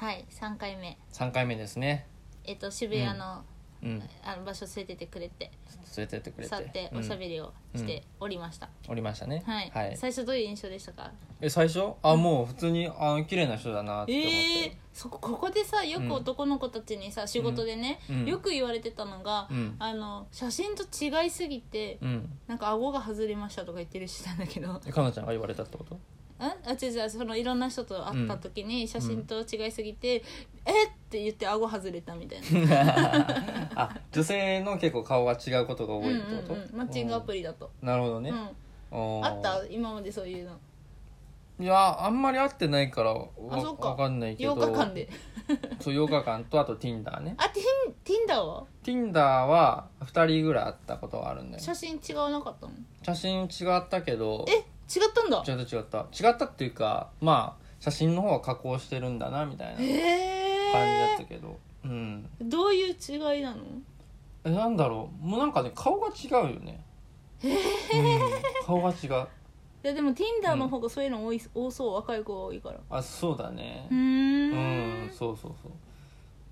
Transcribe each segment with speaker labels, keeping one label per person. Speaker 1: はい3回目
Speaker 2: 3回目ですね
Speaker 1: えっと渋谷の,、
Speaker 2: うん
Speaker 1: あの場所連れてってくれて
Speaker 2: 連れてってくれて
Speaker 1: 去っておしゃべりをしておりました、
Speaker 2: うんおりましたね
Speaker 1: はい、最初どういう印象でしたか
Speaker 2: え最初あもう普通にあ綺麗な人だなって思って、
Speaker 1: ええそこここでさよく男の子たちにさ、仕事でね、
Speaker 2: うん
Speaker 1: よく言われてたのが、
Speaker 2: うん
Speaker 1: あの写真と違いすぎて、
Speaker 2: うん
Speaker 1: なんか顎が外れましたとか言ってる人なんだけどん
Speaker 2: えかなちゃんが言われたっ てこと
Speaker 1: あ違う違うそのいろんな人と会った時に写真と違いすぎて、えっって言って顎外れたみたいな
Speaker 2: あ女性の結構顔が違うことが多いってこと、
Speaker 1: うんうんうん、マッチングアプリだと、
Speaker 2: うんなるほど
Speaker 1: う
Speaker 2: ね、
Speaker 1: ん、
Speaker 2: おー
Speaker 1: あった今までそういうの
Speaker 2: いやあんまり会ってないからわ
Speaker 1: あそっか
Speaker 2: わかんないけど
Speaker 1: 8日間で
Speaker 2: そう8日間とあと Tinder ね
Speaker 1: あティンティンダーは
Speaker 2: Tinder は2人ぐらい会ったことがあるんだよ
Speaker 1: 写真違わなかったの
Speaker 2: 写真違ったけど
Speaker 1: え違ったんだ
Speaker 2: 違った違った違ったっていうかまあ写真の方は加工してるんだなみたいな
Speaker 1: え
Speaker 2: 感じだったけど、うん
Speaker 1: ー、どういう違いなの
Speaker 2: えなんだろうもうなんかね顔が違うよね、うん、顔が違う
Speaker 1: いやでも Tinder の方がそういうの多い、多そう若い子が多いから
Speaker 2: あそうだね
Speaker 1: うー
Speaker 2: うん
Speaker 1: ん
Speaker 2: そうそうそう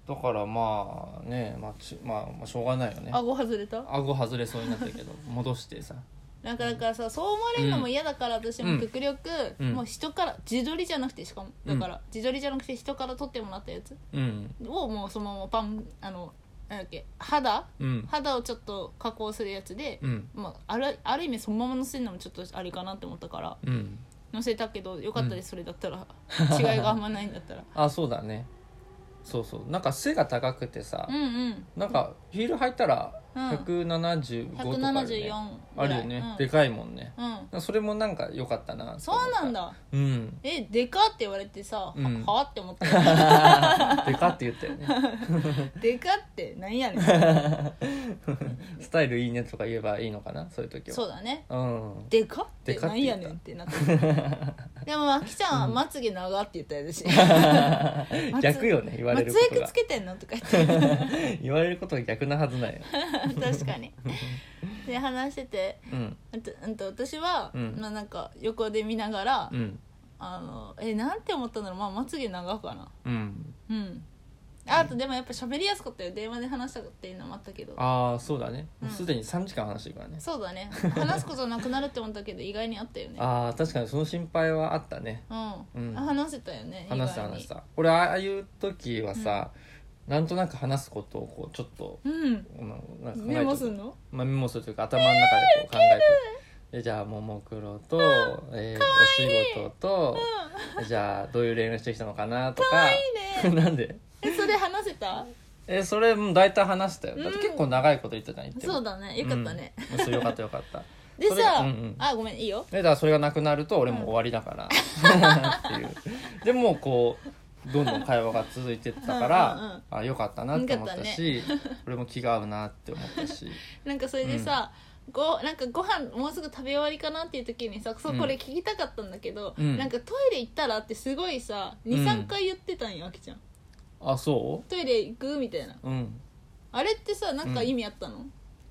Speaker 2: だからまあね、まあ、ちまあ、まあしょうがないよね
Speaker 1: 顎外れた
Speaker 2: 顎外れそうになった けど戻してさ
Speaker 1: なんかだからさそう思われるのも嫌だから私
Speaker 2: う
Speaker 1: も
Speaker 2: ん
Speaker 1: 極力、
Speaker 2: うん
Speaker 1: もう人から自撮りじゃなくてしかもだから、自撮りじゃなくて人から撮ってもらったやつ
Speaker 2: うん
Speaker 1: をもうそのままパンあのなんだっけ肌
Speaker 2: うん
Speaker 1: 肌をちょっと加工するやつで、
Speaker 2: うん
Speaker 1: まあ、あるある意味そのまま載せるのもちょっとあれかなって思ったから
Speaker 2: うん
Speaker 1: 載せたけどよかったです、それだ ったら違いがあんまないんだったら
Speaker 2: あそうだねそうそうなんか背が高くてさ
Speaker 1: うんうん
Speaker 2: なんかヒール履いたら
Speaker 1: うん
Speaker 2: 175とかあるよね、
Speaker 1: 174ぐ
Speaker 2: あ
Speaker 1: ら
Speaker 2: る
Speaker 1: い
Speaker 2: よね、
Speaker 1: うん
Speaker 2: でかいもんね
Speaker 1: うん
Speaker 2: それもなんか良かったなって
Speaker 1: そ
Speaker 2: 思った
Speaker 1: うなんだ
Speaker 2: うん
Speaker 1: えでかって言われてさ、
Speaker 2: うん
Speaker 1: ははって思ったよ
Speaker 2: でかって言った よね
Speaker 1: でかってなんやねん
Speaker 2: スタイルいいねとか言えばいいのかなそういう時は
Speaker 1: そうだね
Speaker 2: うん
Speaker 1: でかって
Speaker 2: でか
Speaker 1: な
Speaker 2: っ
Speaker 1: ん
Speaker 2: て言
Speaker 1: や
Speaker 2: った
Speaker 1: ねんってなってでもあきちゃんはまつげ長って言った よ私松
Speaker 2: 逆よね言わ
Speaker 1: ま
Speaker 2: れ
Speaker 1: つ
Speaker 2: ること
Speaker 1: げ
Speaker 2: が
Speaker 1: つけてんのとか言って
Speaker 2: 言われることが逆なはずなんよ、
Speaker 1: 確かにで話してて
Speaker 2: うん
Speaker 1: あとうんと私は、
Speaker 2: うん
Speaker 1: まあなんか横で見ながら、
Speaker 2: うん
Speaker 1: あのえなんて思ったんだろうまあまつげ長かな
Speaker 2: うん
Speaker 1: うんあとでもやっぱ喋りやすかったよ電話で話したっていうのもあったけど
Speaker 2: ああそうだね
Speaker 1: うん
Speaker 2: もうすでに3時間話してるからね、
Speaker 1: そうだね話すことなくなるって思ったけど意外にあったよね
Speaker 2: ああ確かにその心配はあったね
Speaker 1: うん、
Speaker 2: うん
Speaker 1: 話せたよね
Speaker 2: 話した
Speaker 1: 意外に
Speaker 2: 話した俺ああいう時はさ、なんとなく話すことをこうちょっと
Speaker 1: うん
Speaker 2: うんなんか考えて
Speaker 1: メモすんの
Speaker 2: まあ、メモするというか頭の中でこう考えて、でじゃあももクロと、えーお仕事と、じゃあどういう恋愛してきたのかなとか
Speaker 1: いい
Speaker 2: なんで
Speaker 1: えそれ話せた
Speaker 2: えそれもう大体話したよだっ
Speaker 1: う
Speaker 2: て
Speaker 1: ん
Speaker 2: 結構長いこと言ってたじゃん言っても
Speaker 1: そうだねよかったね、、
Speaker 2: うんそうよかったよかった
Speaker 1: で
Speaker 2: それが
Speaker 1: さ、
Speaker 2: うんうん
Speaker 1: あごめんいいよ
Speaker 2: でだからそれがなくなると俺も終わりだから、 っていうでもうこうどんどん会話が続いてったから、
Speaker 1: うんうんうん
Speaker 2: あよかったなって思ったし俺も気が合うなって思ったし
Speaker 1: なんかそれでさ、ごなんかご飯もうすぐ食べ終わりかなっていう時にさそう
Speaker 2: うん
Speaker 1: これ聞きたかったんだけど、
Speaker 2: うん
Speaker 1: なんかトイレ行ったらってすごいさ
Speaker 2: う
Speaker 1: 23
Speaker 2: ん、
Speaker 1: 三回言ってたんよあきちゃん
Speaker 2: あそ
Speaker 1: トイレ行くみたいな
Speaker 2: ううん
Speaker 1: あれってさなんか意味あったの、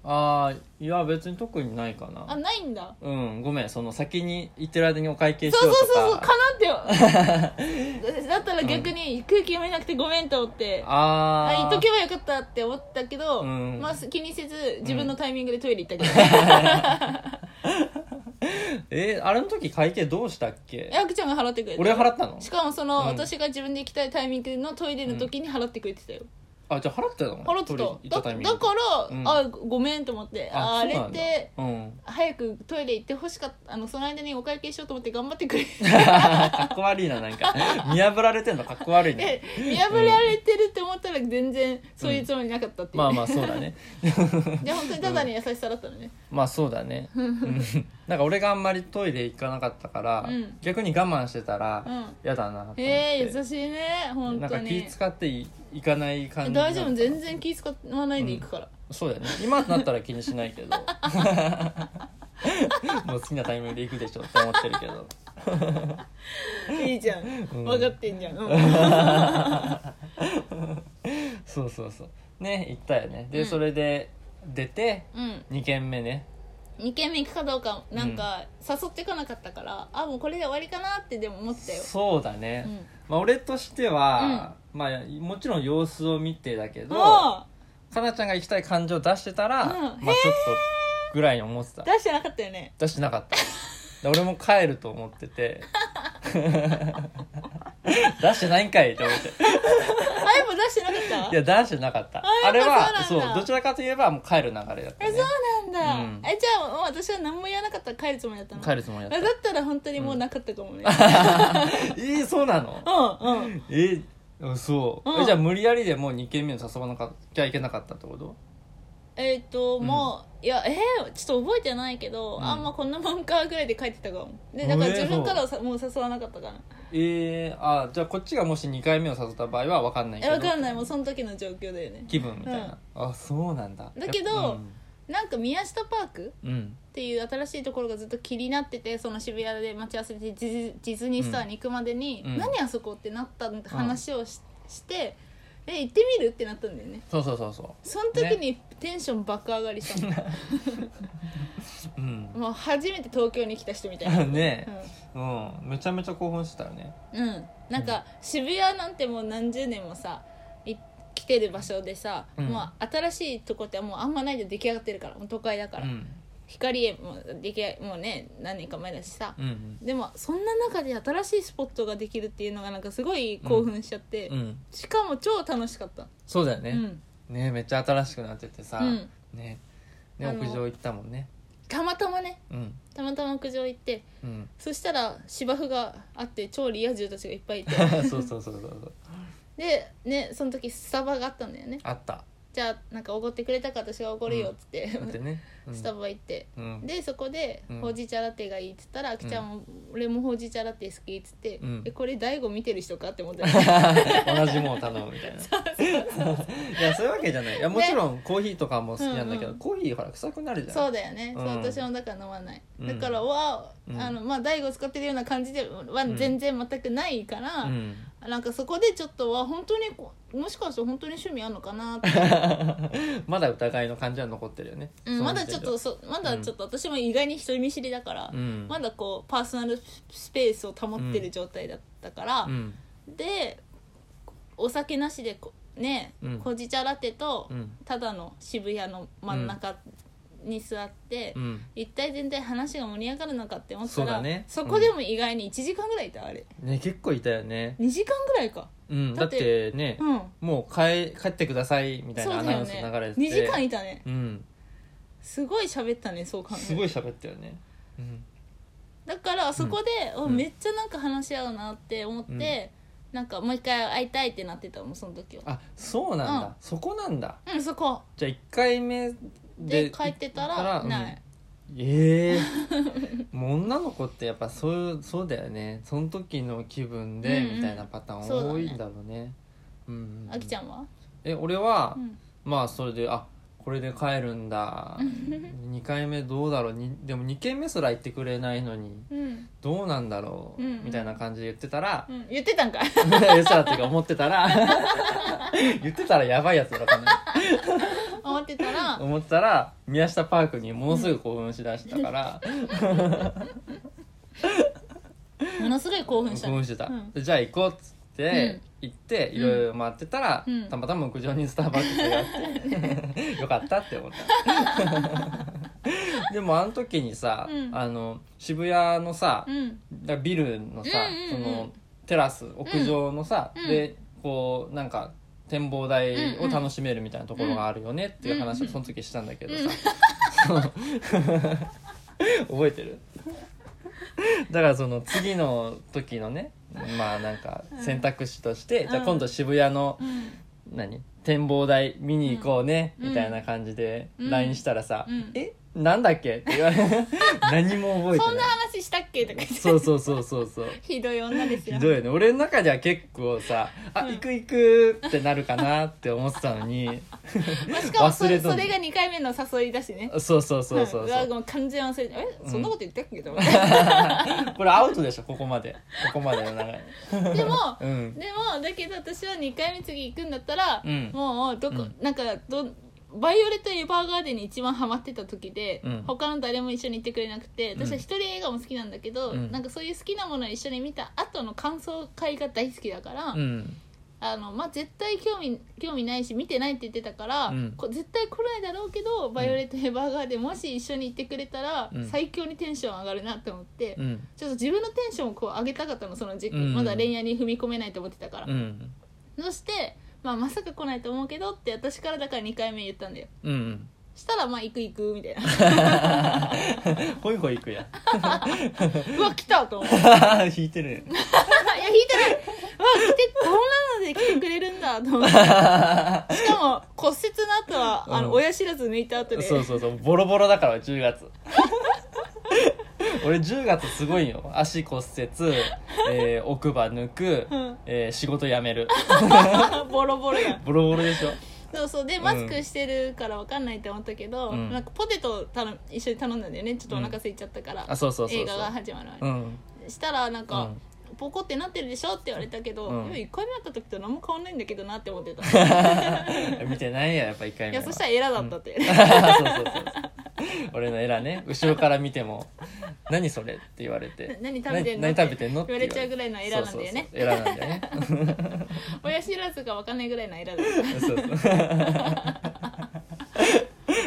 Speaker 2: ああいや別に特にないか
Speaker 1: あ
Speaker 2: な
Speaker 1: ないんだ
Speaker 2: うんごめんその先に行ってる間にお会計し
Speaker 1: そう
Speaker 2: よう
Speaker 1: そうそうそう
Speaker 2: と
Speaker 1: か
Speaker 2: か
Speaker 1: な ってよだったら逆に空気読めなくてごめんと思ってあ言
Speaker 2: あ
Speaker 1: っ
Speaker 2: あ
Speaker 1: とけばよかったって思ったけど、
Speaker 2: うん
Speaker 1: まあ、気にせず自分のタイミングでトイレ行ったけど、
Speaker 2: えーあれの時会計どうしたっけ
Speaker 1: えあきちゃんが払ってくれた
Speaker 2: 俺払ったの
Speaker 1: しかもその、
Speaker 2: うん
Speaker 1: 私が自分で行きたいタイミングのトイレの時に払ってくれてたよ、
Speaker 2: あじゃあ払ってたの
Speaker 1: 払って
Speaker 2: 取り行ったたタ
Speaker 1: だ
Speaker 2: イミング
Speaker 1: だから、
Speaker 2: うん
Speaker 1: あごめんと思ってあ
Speaker 2: あ
Speaker 1: あ
Speaker 2: そう
Speaker 1: れ
Speaker 2: なん
Speaker 1: っ
Speaker 2: だ
Speaker 1: て
Speaker 2: うん
Speaker 1: 早くトイレ行ってほしかったあのその間にお会計しようと思って頑張ってくれ
Speaker 2: かっこ悪いななんか見破られてんのかっこ悪いね
Speaker 1: て見破られてるって思ったら全然そういうつもりなかったっていう、
Speaker 2: ま あまあそうだね
Speaker 1: で本当にただに優しさだったのね、
Speaker 2: まあそうだね、うんなんか俺があんまりトイレ行かなかったから、
Speaker 1: うん
Speaker 2: 逆に我慢してたら
Speaker 1: うん
Speaker 2: 嫌、だなと思って
Speaker 1: ええ優しいね本
Speaker 2: なん
Speaker 1: 当
Speaker 2: か気
Speaker 1: に
Speaker 2: 使ってい行かない感じ
Speaker 1: 大丈
Speaker 2: だっ
Speaker 1: 夫
Speaker 2: た
Speaker 1: 全然気使わないで行くから、
Speaker 2: そうだよね今となったら気にしないけ どもう好きなタイミングで行くでしょって思ってるけど
Speaker 1: いいじゃん、
Speaker 2: ん
Speaker 1: 分かってんじゃん、 うん
Speaker 2: そうそうそうね行ったよねで、
Speaker 1: うん
Speaker 2: それで出て
Speaker 1: うん
Speaker 2: 2軒目ね
Speaker 1: 2軒目行くかどうかなんか誘ってこなかったから、あもうこれで終わりかなってでも思ったよ、
Speaker 2: そうだね、
Speaker 1: うん、
Speaker 2: まあ、俺としては、まあ、もちろん様子を見てだけど
Speaker 1: も
Speaker 2: かなちゃんが行きたい感情を出してたら、
Speaker 1: うん
Speaker 2: ま
Speaker 1: へ
Speaker 2: あ、
Speaker 1: ー
Speaker 2: ちょっとぐらいに思ってた
Speaker 1: う出してなかったよね
Speaker 2: 出してなかったで俺も帰ると思ってて 出してないんかいって思って
Speaker 1: あやっぱ出してなかった
Speaker 2: いや出してなかったあ
Speaker 1: あ
Speaker 2: れ
Speaker 1: やっぱ
Speaker 2: は
Speaker 1: そう
Speaker 2: そう
Speaker 1: なんだ
Speaker 2: どちらかといえばもう帰る流れだった、ね
Speaker 1: え、そうなんだ、
Speaker 2: うん
Speaker 1: えじゃあもう私は何も言わなかったら帰るつもりだったの
Speaker 2: 帰るつもりだ
Speaker 1: あ
Speaker 2: っ
Speaker 1: だったら本当にもうなかったかもね、
Speaker 2: たえー、そうなの
Speaker 1: うんうん
Speaker 2: えー、そう、
Speaker 1: うん
Speaker 2: えじゃあ無理やりでもう2軒目を誘わなかきゃいけなかったってこと
Speaker 1: えっ、と、
Speaker 2: うん
Speaker 1: もういやえー、ちょっと覚えてないけど、
Speaker 2: うん
Speaker 1: あんまこんなもんかぐらいで帰ってたかもでだから
Speaker 2: えー
Speaker 1: 自分からはさもう誘わなかったから
Speaker 2: えー、あじゃあこっちがもし2回目を誘った場合は分かんないけ
Speaker 1: え
Speaker 2: ど
Speaker 1: 分かんないもうその時の状況だよね
Speaker 2: 気分みたいな、あそうなんだ
Speaker 1: だけど
Speaker 2: やっ
Speaker 1: なんか宮下パーク
Speaker 2: ぱうん、うん
Speaker 1: っていう新しいところがずっと気になっててその渋谷で待ち合わせでディズディズニーストアに行くまでに、
Speaker 2: うん
Speaker 1: 何あそこってなったんだって話をし,、てえ行ってみるってなったんだよね
Speaker 2: そうそうそうそ
Speaker 1: その時にテンション爆上がりしたの、
Speaker 2: ううん
Speaker 1: もう初めて東京に来た人みたいな
Speaker 2: ねうん、めちゃめちゃ興奮してたよね
Speaker 1: うん、うんなんか渋谷なんてもう何十年もさい来てる場所でさ、
Speaker 2: うん
Speaker 1: もう新しいとこってもうあんまないで出来上がってるからもう都会だから、
Speaker 2: うん
Speaker 1: 光栄も出来上もうね何年か前だしさ、
Speaker 2: うん
Speaker 1: でもそんな中で新しいスポットができるっていうのがなんかすごい興奮しちゃって、
Speaker 2: うん、うん、
Speaker 1: しかも超楽しかった、
Speaker 2: そうだよ
Speaker 1: う
Speaker 2: ね、
Speaker 1: ん
Speaker 2: ねめっちゃ新しくなっててさ、
Speaker 1: うん、
Speaker 2: ねね
Speaker 1: あの
Speaker 2: 屋上行ったもんね
Speaker 1: たまたまね
Speaker 2: うん
Speaker 1: たまたま屋上行って
Speaker 2: うん
Speaker 1: そしたら芝生があって超リア充たちがいっぱ いいて
Speaker 2: そうそうそうそうそう
Speaker 1: でねその時スタバがあったんだよね
Speaker 2: あった
Speaker 1: じゃあなんかおごってくれたから私がおごるよっつって、
Speaker 2: だってね、うん、
Speaker 1: スタバ行って
Speaker 2: うん
Speaker 1: でそこで
Speaker 2: うん
Speaker 1: ほうじ茶ラテがいいっつったら、あきちゃんも俺もほうじ茶ラテ好きっつって、
Speaker 2: うん
Speaker 1: えこれ大悟見てる人かって思って
Speaker 2: 同じもの頼むみたいな いやそういうわけじゃないいやもちろんコーヒーとかも好きなんだけど、
Speaker 1: うんうん
Speaker 2: コーヒーほら臭くなるじゃん
Speaker 1: そうだよね、
Speaker 2: う
Speaker 1: そ
Speaker 2: ん
Speaker 1: う私もだから飲まない、
Speaker 2: うん
Speaker 1: だからわあ
Speaker 2: うん
Speaker 1: あのまあ大悟使ってるような感じでは
Speaker 2: ん
Speaker 1: 全然全くないから、
Speaker 2: うん、
Speaker 1: なんかそこでちょっとは本当にこもしかして本当に趣味あるのかな って、
Speaker 2: まだ疑いの感じは残ってるよね、
Speaker 1: うん、
Speaker 2: そ
Speaker 1: ま
Speaker 2: の
Speaker 1: だ
Speaker 2: 時
Speaker 1: ちょっ
Speaker 2: 点
Speaker 1: と
Speaker 2: で
Speaker 1: そまだちょっと私も意外に人見知りだから、
Speaker 2: うん
Speaker 1: まだこうパーソナルスペースを保ってる状態だったから、
Speaker 2: うん
Speaker 1: でお酒なしでこね
Speaker 2: うん
Speaker 1: ほうじ茶ラテと
Speaker 2: うん
Speaker 1: ただの渋谷の真ん中に座って、
Speaker 2: うん
Speaker 1: 一体全体話が盛り上がるのかって思った
Speaker 2: そう
Speaker 1: ら
Speaker 2: だね
Speaker 1: そこでも意外に1時間ぐらいいたあれ
Speaker 2: ね結構いたよね、
Speaker 1: 2時間ぐらいか
Speaker 2: うん、
Speaker 1: だ
Speaker 2: だ
Speaker 1: っ
Speaker 2: っててね、
Speaker 1: うん
Speaker 2: もう帰帰ってくださいみたい
Speaker 1: そう
Speaker 2: なア
Speaker 1: だ
Speaker 2: ナウ
Speaker 1: よ
Speaker 2: ンス流
Speaker 1: ね
Speaker 2: れてて、
Speaker 1: 2時間いたね
Speaker 2: うん
Speaker 1: すごい喋ったねそう考え
Speaker 2: す
Speaker 1: る
Speaker 2: ごい喋ったよね、うん、
Speaker 1: だからそこで、
Speaker 2: ん
Speaker 1: お
Speaker 2: うん
Speaker 1: めっちゃなんか話し合うなって思って、なんかもう一回会いたいってなってたもんその時は
Speaker 2: あそうなんだ、
Speaker 1: うん
Speaker 2: そこなんだ
Speaker 1: うんそこ
Speaker 2: じゃあ1回目で
Speaker 1: で帰ってたら
Speaker 2: うん
Speaker 1: ない
Speaker 2: ええ もう女の子ってやっぱそういうそうだよねその時の気分で
Speaker 1: うんうん
Speaker 2: みたいなパター
Speaker 1: そうだ
Speaker 2: ン
Speaker 1: ね
Speaker 2: 多いんだろうね,、うんうんうん
Speaker 1: あきちゃんは、
Speaker 2: え俺は、
Speaker 1: うん
Speaker 2: まあそれであこれで帰る んだ2回目どうだろうにでも2軒目すら行ってくれないのに
Speaker 1: うん
Speaker 2: どうなんだろう、
Speaker 1: うんうん
Speaker 2: みたいな感じで言ってたら
Speaker 1: うん、言ってたんかい
Speaker 2: 言ってたっていうか思ってたら 言ってたらやばいやつだからね
Speaker 1: 思ってたら
Speaker 2: 思ってたら宮下パークにものすごい興奮しだしたから。
Speaker 1: ものすごい興奮した
Speaker 2: 興
Speaker 1: ね
Speaker 2: 奮してた、
Speaker 1: うん
Speaker 2: でじゃあ行こうっつって、行って
Speaker 1: ん
Speaker 2: いろいろ回ってたら、
Speaker 1: うん
Speaker 2: たまたま屋上にスターバックスがあっ て、よかったって思ったでもあの時にさ、
Speaker 1: うん
Speaker 2: あの渋谷のさ、
Speaker 1: うん
Speaker 2: だビルのさ、
Speaker 1: うんうんうん
Speaker 2: そのテラス屋上のさ、
Speaker 1: うん
Speaker 2: でこうなんか展望台を楽しめるみたいなところがあるよねっていう話
Speaker 1: うん
Speaker 2: を
Speaker 1: うん
Speaker 2: その時したんだけどさ、 覚えてるだからその次の時のねまあなんか選択肢として、
Speaker 1: うん
Speaker 2: じゃあ今度渋谷の
Speaker 1: うん
Speaker 2: 何展望台見に行こうね、
Speaker 1: うん
Speaker 2: みたいな感じで
Speaker 1: うん
Speaker 2: LINE したらさ「
Speaker 1: うん
Speaker 2: えなんだっけ?」って言われて 何も覚えて
Speaker 1: そんな
Speaker 2: ない。
Speaker 1: 話したっけとか言って
Speaker 2: そうそうそうそうそう
Speaker 1: ひどい女ですよ
Speaker 2: ひどいよね俺の中では結構さ「あ、
Speaker 1: うん
Speaker 2: 行く行く」ってなるかなって思ってたの に
Speaker 1: まあしかもそ
Speaker 2: 忘
Speaker 1: れ
Speaker 2: れとん
Speaker 1: そ
Speaker 2: の
Speaker 1: れが2回目の誘いだしね
Speaker 2: そうそうそうそ
Speaker 1: ん
Speaker 2: う
Speaker 1: わ
Speaker 2: そ
Speaker 1: ご
Speaker 2: う
Speaker 1: めん完全忘れてえそんなこと言ったっけと思っ
Speaker 2: これアウトでしょここまでここまでの流れ
Speaker 1: てでも
Speaker 2: うん
Speaker 1: でもだけど私は2回目次行くんだったら
Speaker 2: うん
Speaker 1: もうどこ
Speaker 2: うん
Speaker 1: なんかどバイオレット・エヴァーガーデンに一番ハマってた時で、
Speaker 2: うん
Speaker 1: 他の誰も一緒に行ってくれなくて
Speaker 2: うん
Speaker 1: 私は一人映画も好きなんだけど、
Speaker 2: うん
Speaker 1: なんかそういう好きなものを一緒に見た後の感想会が大好きだから、
Speaker 2: うん
Speaker 1: あのまあ、絶対興味興味ないし見てないって言ってたから、
Speaker 2: うん
Speaker 1: こ絶対来ないだろうけど「バイオレット・エヴァーガーデン」もし一緒に行ってくれたら、
Speaker 2: うん
Speaker 1: 最強にテンション上がるなって思って、
Speaker 2: うん
Speaker 1: ちょっと自分のテンションをこう上げたかったのその時期、
Speaker 2: うん
Speaker 1: まだ恋愛に踏み込めないと思ってたから。
Speaker 2: うん
Speaker 1: そして、まあ、まさか来ないと思うけどって私からだから2回目言ったんだよ
Speaker 2: うん
Speaker 1: したらまあ行く行くみたいな
Speaker 2: ほいほい行くや
Speaker 1: うわ来たと 思ういや
Speaker 2: 引いてる
Speaker 1: 引いてないうわ来てこんなので来てくれるんだと思 ってしかも骨折の後はあの、
Speaker 2: うん
Speaker 1: 親知らず抜いた後で
Speaker 2: そうそうそうボロボロだから10月俺10月すごいよ足骨折、えー奥歯抜く、
Speaker 1: うん
Speaker 2: えー仕事辞める
Speaker 1: ボロボロやん
Speaker 2: ボロボロでしょ
Speaker 1: そうそうでマスクしてるから分かんないって思ったけど、
Speaker 2: うん
Speaker 1: なんかポテトを頼む一緒に頼んだんだよねちょっとお腹空いちゃったから、
Speaker 2: あそうそうそうそう
Speaker 1: 映画が始まる前に
Speaker 2: うん
Speaker 1: したらなん
Speaker 2: う
Speaker 1: か
Speaker 2: ん、
Speaker 1: ポコってなってるでしょって言われたけど、
Speaker 2: うん
Speaker 1: いや1回目会った時と何も変わんないんだけどなって思って た
Speaker 2: 見てないややっぱ一回
Speaker 1: い
Speaker 2: 目
Speaker 1: や
Speaker 2: は
Speaker 1: そしたらエラだったって、
Speaker 2: そうそうそうそう俺のエラね後ろから見ても「何それ?」って言われて「
Speaker 1: な何食べてんの
Speaker 2: 何何食べてんの?」
Speaker 1: 言われちゃうぐらいのエラなんだよね
Speaker 2: そうそうそうエラなんだよね
Speaker 1: 親知らずが分かんないぐらいのエラだった
Speaker 2: そうそう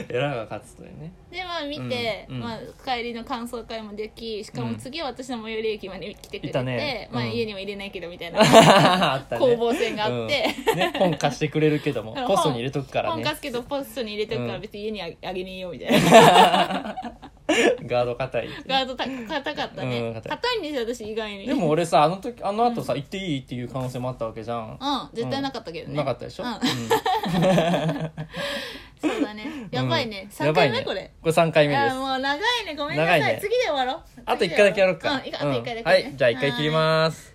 Speaker 2: エラが勝つという ね
Speaker 1: でまあ見て、
Speaker 2: うんうん
Speaker 1: まあ、帰りの感想会もできしか
Speaker 2: う
Speaker 1: も
Speaker 2: ん
Speaker 1: 次は私の最寄り駅まで来てくれ
Speaker 2: いた
Speaker 1: て、
Speaker 2: ねうん
Speaker 1: まあ、家にも入れないけどみたいな
Speaker 2: あったね
Speaker 1: 攻防戦があって、
Speaker 2: うんね、本貸してくれるけ ども
Speaker 1: うん
Speaker 2: ポストに入れとくから
Speaker 1: 本
Speaker 2: ね
Speaker 1: 貸すけどポストに入れてるか
Speaker 2: う
Speaker 1: ら
Speaker 2: ん
Speaker 1: 別に家にああげねえよみたいな
Speaker 2: ガード硬いって
Speaker 1: ガードた硬かった
Speaker 2: うん
Speaker 1: ね
Speaker 2: 硬い
Speaker 1: 硬いんですよ私意外に
Speaker 2: でも俺さあの時あの後さ行っていいっていう可能性もあったわけじゃ ん
Speaker 1: うん絶対なかったけどね、
Speaker 2: なかったでしょ、
Speaker 1: うん
Speaker 2: う
Speaker 1: そうだねやばいね、
Speaker 2: ん
Speaker 1: 3回目
Speaker 2: やばいね
Speaker 1: これ
Speaker 2: これ3回目で
Speaker 1: あ
Speaker 2: す
Speaker 1: もう長いねごめんなさ
Speaker 2: 長い
Speaker 1: い
Speaker 2: ね
Speaker 1: 次で終わろう
Speaker 2: あと1回だけやろうか、
Speaker 1: んいあと1回だけね、
Speaker 2: はいじゃあ1回切ります